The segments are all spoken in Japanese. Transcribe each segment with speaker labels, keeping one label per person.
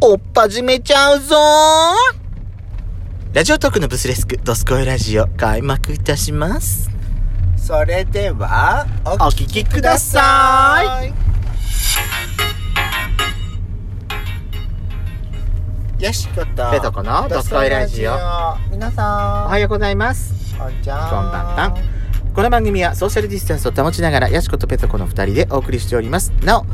Speaker 1: おっ始めちゃうぞラジオトークのブスレスク、ドスコイラジオ、開幕いたします。
Speaker 2: それではお
Speaker 1: お聞きくださ
Speaker 2: いよしこと
Speaker 1: ペトコのドスコイラジオ
Speaker 2: 皆さん
Speaker 1: おはようございます。
Speaker 2: こんじゃん
Speaker 1: こんばんばんこの番組はソーシャルディスタンスを保ちながら、ヤシコとペトコの二人でお送りしております。なお、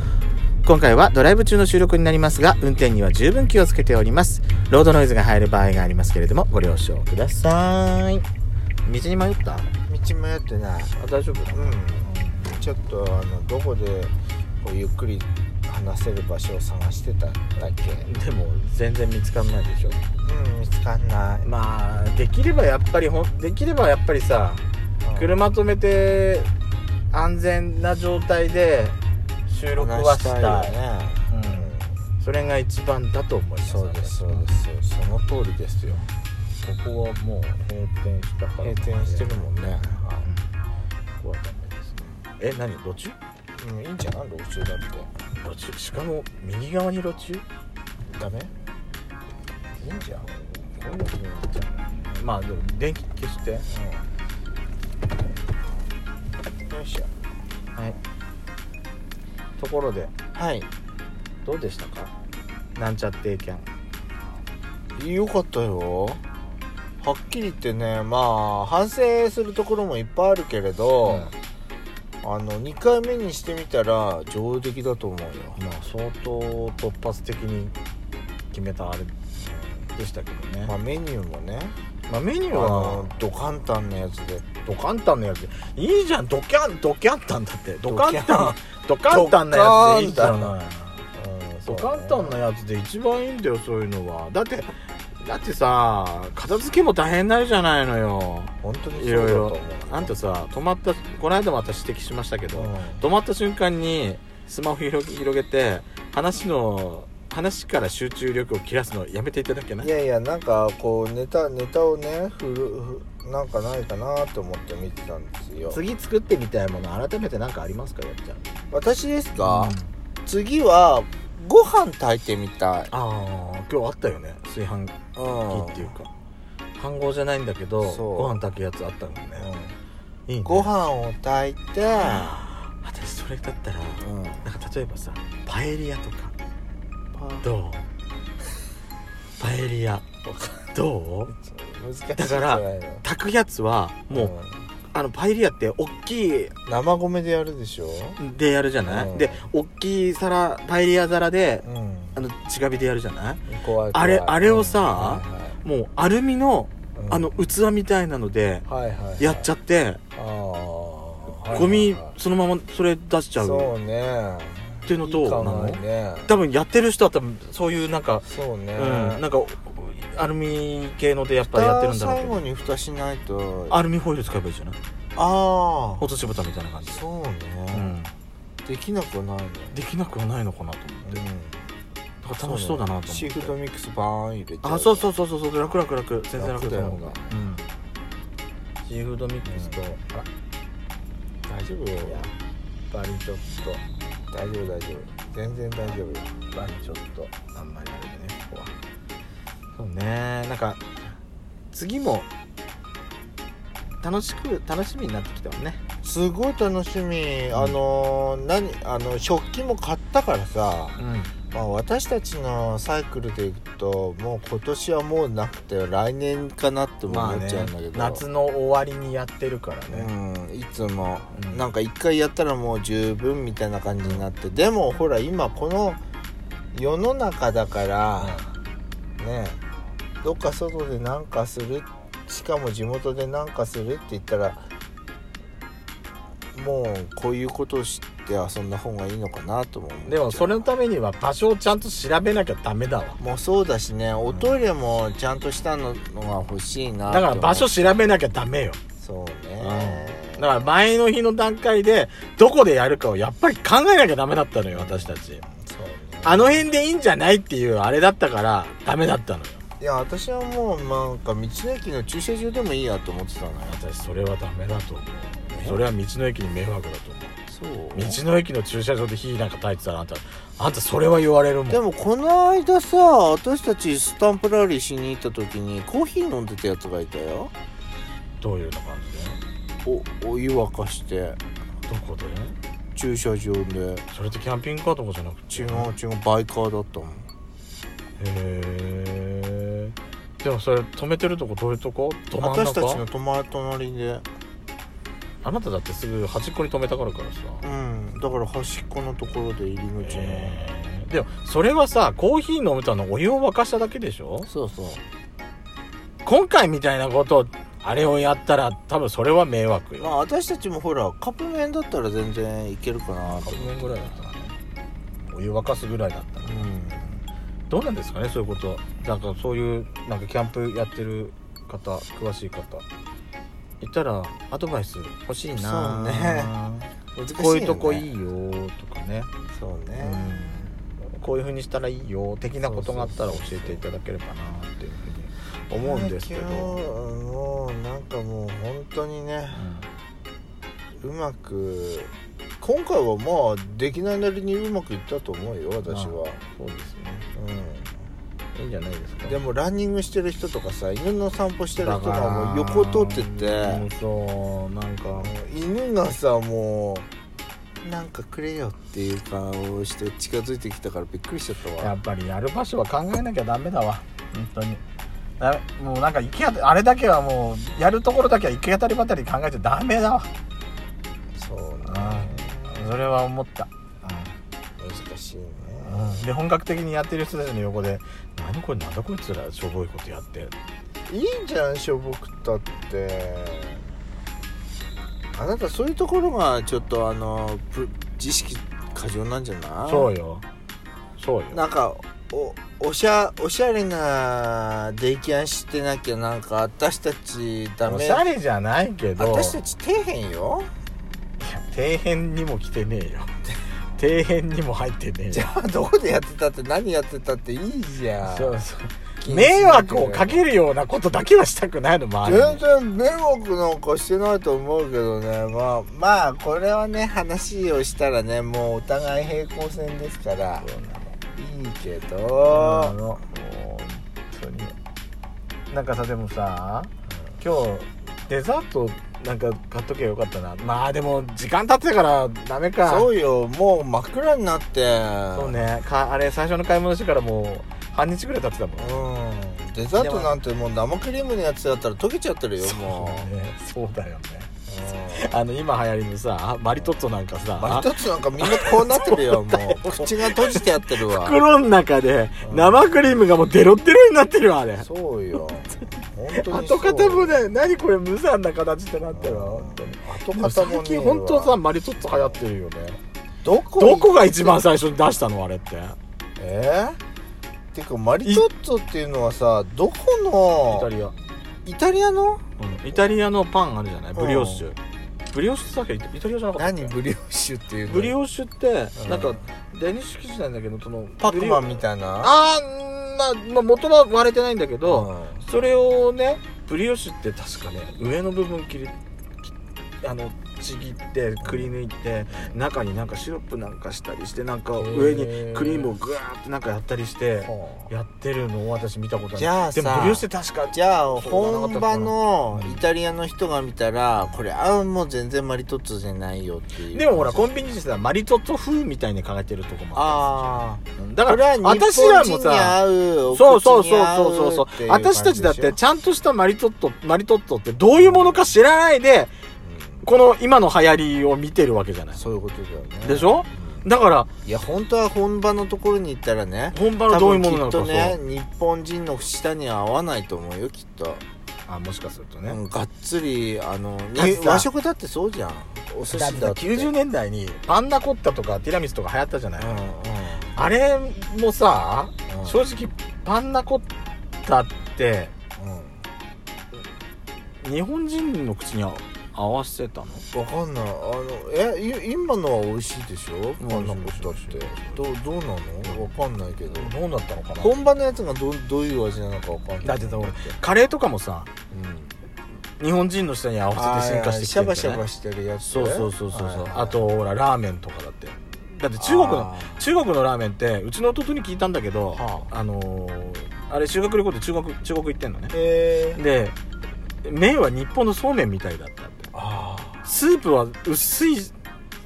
Speaker 1: 今回はドライブ中の収録になりますが、運転には十分気をつけております。ロードノイズが入る場合がありますけれども、ご了承ください。道に迷ったあ、
Speaker 2: 道迷ってない
Speaker 1: 大丈夫
Speaker 2: うんちょっとあのどこでこうゆっくり話せる場所を探してたんだっけ
Speaker 1: でも、全然見つかんないでしょ。
Speaker 2: うん見つかんない、
Speaker 1: まあできればやっぱりほんできればやっぱりさ
Speaker 2: うん
Speaker 1: 車止めて安全な状態で収録はしたい
Speaker 2: 話よねうん
Speaker 1: それが一番だと思います
Speaker 2: そうですそうですその通りですよ
Speaker 1: ここはもう閉店したから
Speaker 2: 閉店してるもんね、
Speaker 1: ここはダメですねえ何路中
Speaker 2: うん、いいんじゃない路中だっ
Speaker 1: 路中しかも右側に路中
Speaker 2: てダメいいんじゃん
Speaker 1: こんなになっちゃうまあでも電気消して
Speaker 2: うんよいしょ
Speaker 1: はいところで
Speaker 2: はい
Speaker 1: どうでしたかなんちゃってキャン
Speaker 2: よかったよはっきり言ってねまあ反省するところもいっぱいあるけれど、あの2回目にしてみたら上出来だと思うよ
Speaker 1: まあ相当突発的に決めたあれでしたけどね
Speaker 2: まあメニューもね
Speaker 1: まあメニュー
Speaker 2: あ
Speaker 1: は
Speaker 2: のド簡単なやつで
Speaker 1: ドカンタンのやついいじゃんドキャンドキャンタンだってドカンタン ドカンタンのやつでいいじゃないドカンタンのやつで一番いいんだよそういうのはだってだってさ片付けも大変になるじゃないのよ
Speaker 2: 本当に
Speaker 1: い
Speaker 2: そうだ
Speaker 1: ろい
Speaker 2: と思う
Speaker 1: ろあんたさ止まったこの間も私指摘しましたけど、
Speaker 2: うん
Speaker 1: 止まった瞬間にスマホ広げ広げて話の話から集中力を切らすのやめていただけない
Speaker 2: いやいやなんかこうネタネタをねふるふなんかないかなと思って見てたんですよ
Speaker 1: 次作ってみたいもの改めて何かありますかやっちゃん
Speaker 2: 私ですか、次はご飯炊いてみたい
Speaker 1: ああ今日あったよね炊飯器
Speaker 2: うん
Speaker 1: っていうか飯合じゃないんだけど
Speaker 2: そう
Speaker 1: ご飯炊くやつあったもんね、いいね
Speaker 2: ご飯を炊いて、
Speaker 1: あー私それだったら
Speaker 2: うん
Speaker 1: なんか例えばさパエリアとかどう パエリアどう
Speaker 2: 難しい
Speaker 1: だから炊くやつはもう、
Speaker 2: も
Speaker 1: あのパエリアって大きい
Speaker 2: うん生米でやるでしょ
Speaker 1: でやるじゃない、
Speaker 2: うん
Speaker 1: で大きい皿パエリア皿で
Speaker 2: うん
Speaker 1: あの近火でやるじゃない
Speaker 2: 怖い怖い
Speaker 1: あれあれをさ
Speaker 2: うんはいはい
Speaker 1: もうアルミの
Speaker 2: うん
Speaker 1: あの器みたいなので
Speaker 2: はいはいはい
Speaker 1: やっちゃって
Speaker 2: あー
Speaker 1: ゴミ
Speaker 2: はいはいはい
Speaker 1: そのままそれ出しちゃう
Speaker 2: そうね
Speaker 1: っていうの
Speaker 2: い
Speaker 1: と
Speaker 2: い
Speaker 1: な
Speaker 2: 考
Speaker 1: の
Speaker 2: えね
Speaker 1: 多分やってる人は多分そういうなんか
Speaker 2: そうね、
Speaker 1: うんなんかアルミ系のでやっぱりやってる
Speaker 2: 蓋
Speaker 1: んだろう
Speaker 2: 最
Speaker 1: け
Speaker 2: 後
Speaker 1: ど
Speaker 2: に蓋しないと
Speaker 1: アルミホイル使えばいいじゃない
Speaker 2: あ
Speaker 1: 落とし蓋みたいな感
Speaker 2: あ
Speaker 1: じで、
Speaker 2: そう
Speaker 1: う
Speaker 2: ね、
Speaker 1: ん、
Speaker 2: できなくはないね
Speaker 1: できなくはないのかなと思ってだから楽しそうだなと思って
Speaker 2: シーフードミックスバーン入れて
Speaker 1: あそうそうそうそうそう楽楽楽全然楽だよ
Speaker 2: 楽だよ
Speaker 1: うんシーフードミックスと、
Speaker 2: うん
Speaker 1: あ
Speaker 2: 大丈夫
Speaker 1: や
Speaker 2: よ
Speaker 1: っ
Speaker 2: やっ
Speaker 1: ぱりちょっと
Speaker 2: 大丈夫大丈夫全然大丈夫
Speaker 1: やっぱりちょっとあんまりあれだねここはそうねなんか次も楽しく楽しみになってきたわね
Speaker 2: すごい楽しみ、あのー何あの食器も買ったからさ、
Speaker 1: うん
Speaker 2: まあ、私たちのサイクルでいくともう今年はもうなくて来年かなっても思っちゃうんだけど、
Speaker 1: 夏の終わりにやってるからね、
Speaker 2: うんいつも、
Speaker 1: うん
Speaker 2: なんか一回やったらもう十分みたいな感じになってでもほら今この世の中だから、ねどっか外でなんかするしかも地元でなんかするって言ったらもうこういうことを知って遊んだ方がいいのかなとも思う
Speaker 1: でもそれのためには場所をちゃんと調べなきゃダメだわ
Speaker 2: もうそうだしねおトイレもちゃんとしたのが欲しいな
Speaker 1: だか
Speaker 2: と思う
Speaker 1: ら場所調べなきゃダメよ
Speaker 2: そうね
Speaker 1: うんだから前の日の段階でどこでやるかをやっぱり考えなきゃダメだったのよ私たち
Speaker 2: そうね
Speaker 1: あの辺でいいんじゃないっていうあれだったからダメだったのよ
Speaker 2: いや私はもうなんか道の駅の駐車場でもいいやと思ってたのよ
Speaker 1: 私それはダメだと思うそれは道の駅に迷惑だと思う
Speaker 2: そそう
Speaker 1: 道の駅の駐車場で火なんか焚いてたらあんたあんたそれは言われるもん
Speaker 2: でもこの間さ私たちスタンプラリーしに行った時にコーヒー飲んでたやつがいたよ
Speaker 1: どういうような感
Speaker 2: おお湯沸かして
Speaker 1: じでどこで
Speaker 2: 駐車場で
Speaker 1: それってキャンピングカーとかじゃなくて
Speaker 2: 違う違うバイカーだったもん
Speaker 1: へえでもそれ止めてるとこどういうとこど真ん
Speaker 2: 私たちの
Speaker 1: 中
Speaker 2: 泊まる隣で
Speaker 1: あなただってすぐ端っこに止めたからからさ
Speaker 2: うんだから端っこのところで入り口の、
Speaker 1: へーでもそれはさコーヒー飲むたのお湯を沸かしただけでしょ
Speaker 2: そうそう
Speaker 1: 今回みたいなことあれをやったら多分それは迷惑よ、
Speaker 2: まあ私たちもほらカップ麺だったら全然いけるかなと
Speaker 1: 100
Speaker 2: 思っ
Speaker 1: 年
Speaker 2: て
Speaker 1: ぐらいだったかなお湯沸かすぐらいだったな
Speaker 2: うん
Speaker 1: どうなんですかねそういうことなんかそういうなんかキャンプやってる方詳しい方いたらアドバイス欲しいな
Speaker 2: 難しいよね
Speaker 1: こういうとこいいよとかね、
Speaker 2: そうね、
Speaker 1: うんこういうふうにしたらいいよ的なことがあったら教えていただければなっていうふうに思うんですけど、
Speaker 2: 今日もうなんかもう本当にねうまく今回はまあできないなりにうまくいったと思うよ
Speaker 1: う
Speaker 2: 私は、
Speaker 1: んそうですね
Speaker 2: う
Speaker 1: いいんじゃないですか
Speaker 2: ん、でもランニングしてる人とかさ犬の散歩してる人がもう横通ってて、
Speaker 1: うんそうなんか
Speaker 2: もう犬がさもうなんかくれよっていう顔をして近づいてきたからびっくりしちゃった
Speaker 1: や
Speaker 2: わ
Speaker 1: っぱりやる場所は考えなきゃダメだわ本当にだもうなんか行き当たあれだけはもうやるところだけは行き当たりばったり考えちゃダメだわ
Speaker 2: そうね
Speaker 1: それは思った、
Speaker 2: 難しいね
Speaker 1: うん、で本格的にやってる人たちの横で「何これなんだこいつらしょぼいことやって
Speaker 2: いいじゃんしょぼくったってあなたそういうところがちょっとあのプ知識過剰なんじゃな」い
Speaker 1: そうよそうよ
Speaker 2: なんかおおしゃおしゃれなデイキャンしてなきゃなんか私たちダ
Speaker 1: お
Speaker 2: メ
Speaker 1: しゃれじゃないけど
Speaker 2: 私たち底辺よ
Speaker 1: 底辺にも来てねえよ底辺にも入ってねえ
Speaker 2: じ
Speaker 1: よ
Speaker 2: ゃあどこでやってたって何やってたっていいじゃん
Speaker 1: そうそう
Speaker 2: 気にしなけれ
Speaker 1: 迷
Speaker 2: ば
Speaker 1: 惑をかけるようなことだけはしたくないの周りに
Speaker 2: 全然迷惑なんかしてないと思うけどねまあまあこれはね話をしたらねもうお互い平行線ですから
Speaker 1: そうなの
Speaker 2: いいけ
Speaker 1: あ
Speaker 2: ど
Speaker 1: のもう本当になんかさでもさ今日デザートなんか買っときゃよかったなまあでも時間経ってからダメか
Speaker 2: そうよもう真っ暗になって
Speaker 1: そうねかあれ最初の買い物してからもう半日ぐらい経ってたもん
Speaker 2: うんデザートなんてもう生クリームのやつだったら溶けちゃってるよも
Speaker 1: そうねそうだよね
Speaker 2: う
Speaker 1: あの今流行りのさマリトッツォなんか
Speaker 2: うんマリ
Speaker 1: さ
Speaker 2: トッツォなんかみんなこうなって るよもう口が閉じてやってるわ
Speaker 1: 袋の中で
Speaker 2: うん
Speaker 1: 生クリームがもうデロデロになってるわあれ
Speaker 2: そうよ本当にそ
Speaker 1: 後
Speaker 2: う
Speaker 1: 片もね何これ無残な形ってなってるわ本当に
Speaker 2: 後
Speaker 1: でも
Speaker 2: 片も
Speaker 1: 最
Speaker 2: ね
Speaker 1: 近本当さマリトッツォ流行ってるよね
Speaker 2: どこ
Speaker 1: どこが一番最初に出したのあれってイ
Speaker 2: えー、てかマリトッツォっていうのはさどこの
Speaker 1: タリア、
Speaker 2: イタリアの
Speaker 1: イタリアのパンあるじゃない
Speaker 2: ん
Speaker 1: ブリオッシュ、ブリオッシュだけイタイタリアじゃなかったっけ
Speaker 2: 何ブリオッシュっていうの
Speaker 1: ブリオッシュって
Speaker 2: うん
Speaker 1: なんかデニッシュ生地なんだけどその
Speaker 2: パックマン
Speaker 1: ブリオ
Speaker 2: みたいな
Speaker 1: あーまあ、まあ、元は割れてないんだけ
Speaker 2: う
Speaker 1: ど、
Speaker 2: ん
Speaker 1: それをねブリオッシュって確かね上の部分切りきあのちぎってくり抜いて中になんかシロップなんかしたりしてなんか上にクリームをグワーってなんかやったりして
Speaker 2: はあ
Speaker 1: やってるのを私見たことある
Speaker 2: じゃあさ
Speaker 1: でもブリオッシュって確か
Speaker 2: じゃあ
Speaker 1: そう
Speaker 2: 本場の
Speaker 1: うん
Speaker 2: イタリアの人が見たらこれあもう全然マリトッツォじゃないよっていう
Speaker 1: でもほらコンビニでさマリトッツォ風みたいに考えてるとこもあ
Speaker 2: ああ
Speaker 1: るだか
Speaker 2: これは
Speaker 1: ら
Speaker 2: 日本
Speaker 1: 私らも
Speaker 2: 人に
Speaker 1: さ
Speaker 2: 合うお口
Speaker 1: そうそうそう
Speaker 2: に合
Speaker 1: そうそうそう
Speaker 2: ってい感じでし
Speaker 1: 私
Speaker 2: ょ
Speaker 1: たちだってちゃんとしたマリトッツォマリトッツォってどういうものか知らないでこの今の流行りを見てるわけじゃな
Speaker 2: うん
Speaker 1: い
Speaker 2: そういうことだよね
Speaker 1: でしょ
Speaker 2: うん
Speaker 1: だから
Speaker 2: いや本当は本場のところに行ったらね
Speaker 1: 本場
Speaker 2: 多
Speaker 1: のどういう
Speaker 2: 分き
Speaker 1: ものな
Speaker 2: っ
Speaker 1: のか
Speaker 2: と
Speaker 1: そう
Speaker 2: ね日本人の舌には合わないと思うよきっと、
Speaker 1: あもしかすると
Speaker 2: う
Speaker 1: ね
Speaker 2: んがっつりあの
Speaker 1: だってさ
Speaker 2: 和食だってそうじゃんお寿司
Speaker 1: だ
Speaker 2: だ
Speaker 1: っ
Speaker 2: ってて
Speaker 1: さ90年代にパンナコッタとかティラミスとか流行ったじゃない
Speaker 2: うん
Speaker 1: あれもさ
Speaker 2: うんうん
Speaker 1: 正直パンナコッタって日本人の口に合合わせたの
Speaker 2: わかんないあのえい今のは美味しいでしょ
Speaker 1: うん
Speaker 2: こんなことだってどうどうなのわかんないけど
Speaker 1: どうなったのかな
Speaker 2: 本場のやつがどうどういう味なのかわかんない
Speaker 1: だってさ俺カレーとかもさ
Speaker 2: うん
Speaker 1: 日本人の人に合わせて進化してきて
Speaker 2: あ
Speaker 1: る
Speaker 2: ー
Speaker 1: ん
Speaker 2: シャ
Speaker 1: だね
Speaker 2: バシャバしてるやつ
Speaker 1: そうそうそうそうそう
Speaker 2: はい
Speaker 1: あとほらラーメンとかだってだって中国の
Speaker 2: あー
Speaker 1: 中国のラーメンってうちの弟に聞いたんだけど
Speaker 2: は
Speaker 1: あのーあれ修学旅行で中国中国行ってんのね
Speaker 2: えー、
Speaker 1: で麺は日本のそうめんみたいだったって
Speaker 2: あ
Speaker 1: スープは薄い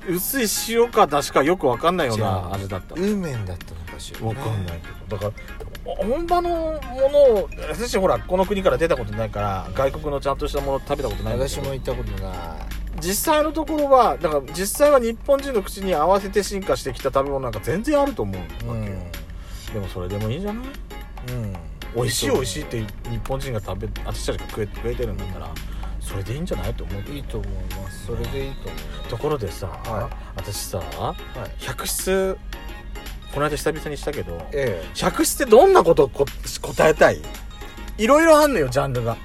Speaker 1: 薄い塩か出汁かよくわかんないよう
Speaker 2: じゃ
Speaker 1: な
Speaker 2: あ
Speaker 1: あれだった
Speaker 2: あーメンだったのかしら、ね、
Speaker 1: わかんないけどだからお本場のものを私ほらこの国から出たことないから外国のちゃんとしたもの食べたことないんだけ
Speaker 2: 私
Speaker 1: ど
Speaker 2: も行ったことない
Speaker 1: 実際のところはだから実際は日本人の口に合わせて進化してきた食べ物なんか全然あると思うわけよ、でもそれでもいいじゃない
Speaker 2: うん
Speaker 1: 美味しい美味しい
Speaker 2: い
Speaker 1: って日本人が食べ私たちが食え食えてるんだからそれでいいんじゃないと思う
Speaker 2: いいと思いますそれでいいと思い
Speaker 1: ところでさ、
Speaker 2: は
Speaker 1: 私さ
Speaker 2: ます、はい、
Speaker 1: 百室この間久々にしたけど
Speaker 2: え
Speaker 1: 百室ってどんなことをこ答えたいいろいろあんのよジャンルが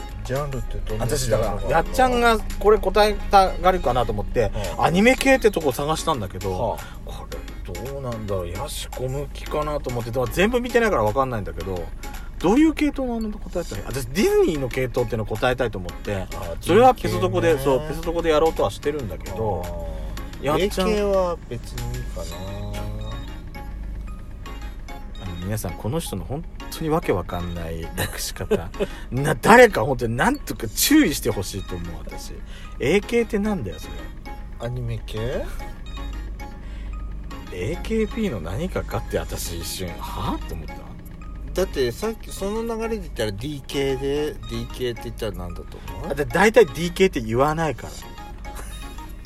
Speaker 2: えジャンルってどんな
Speaker 1: 私だか
Speaker 2: ジャンル
Speaker 1: ら
Speaker 2: が
Speaker 1: やっちゃんがこれ答えたがるかなと思って、
Speaker 2: うん
Speaker 1: アニメ系ってとこを探したんだけど、
Speaker 2: は
Speaker 1: これどうなんだろうヤシコ向きかなと思ってでも全部見てないから分かんないんだけどどういう系統なの答えたい私ディズニーの系統っていうの答えたいと思って
Speaker 2: あ
Speaker 1: それは
Speaker 2: 人
Speaker 1: ペ
Speaker 2: 気ね
Speaker 1: ソドコで、そうペソドコでやろうとはしてるんだけど
Speaker 2: あー
Speaker 1: やっちゃん
Speaker 2: 英系は別にいいかな
Speaker 1: あの皆さんこの人の本当にわけわかんない訳し方 な誰か本当になんとか注意してほしいと思う私 AK ってなんだよそ
Speaker 2: アニメ系
Speaker 1: れ AKP の何かかって私一瞬はあと思った
Speaker 2: だってさっきその流れで言ったら D 系で D 系って言ったら何だと思
Speaker 1: だっ
Speaker 2: う
Speaker 1: て大体 DK って言わないから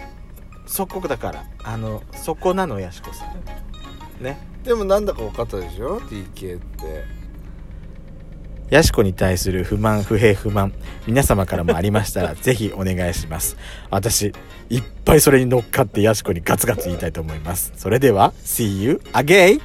Speaker 1: そこだからあのそこなのやしこさんね
Speaker 2: でもなんだか分かったでしょ D 系って
Speaker 1: やしこに対する不満不平不満皆様からもありましたら ぜひお願いします私いっぱいそれに乗っかってやしこにガツガツ言いたいと思いますそれでは See you again!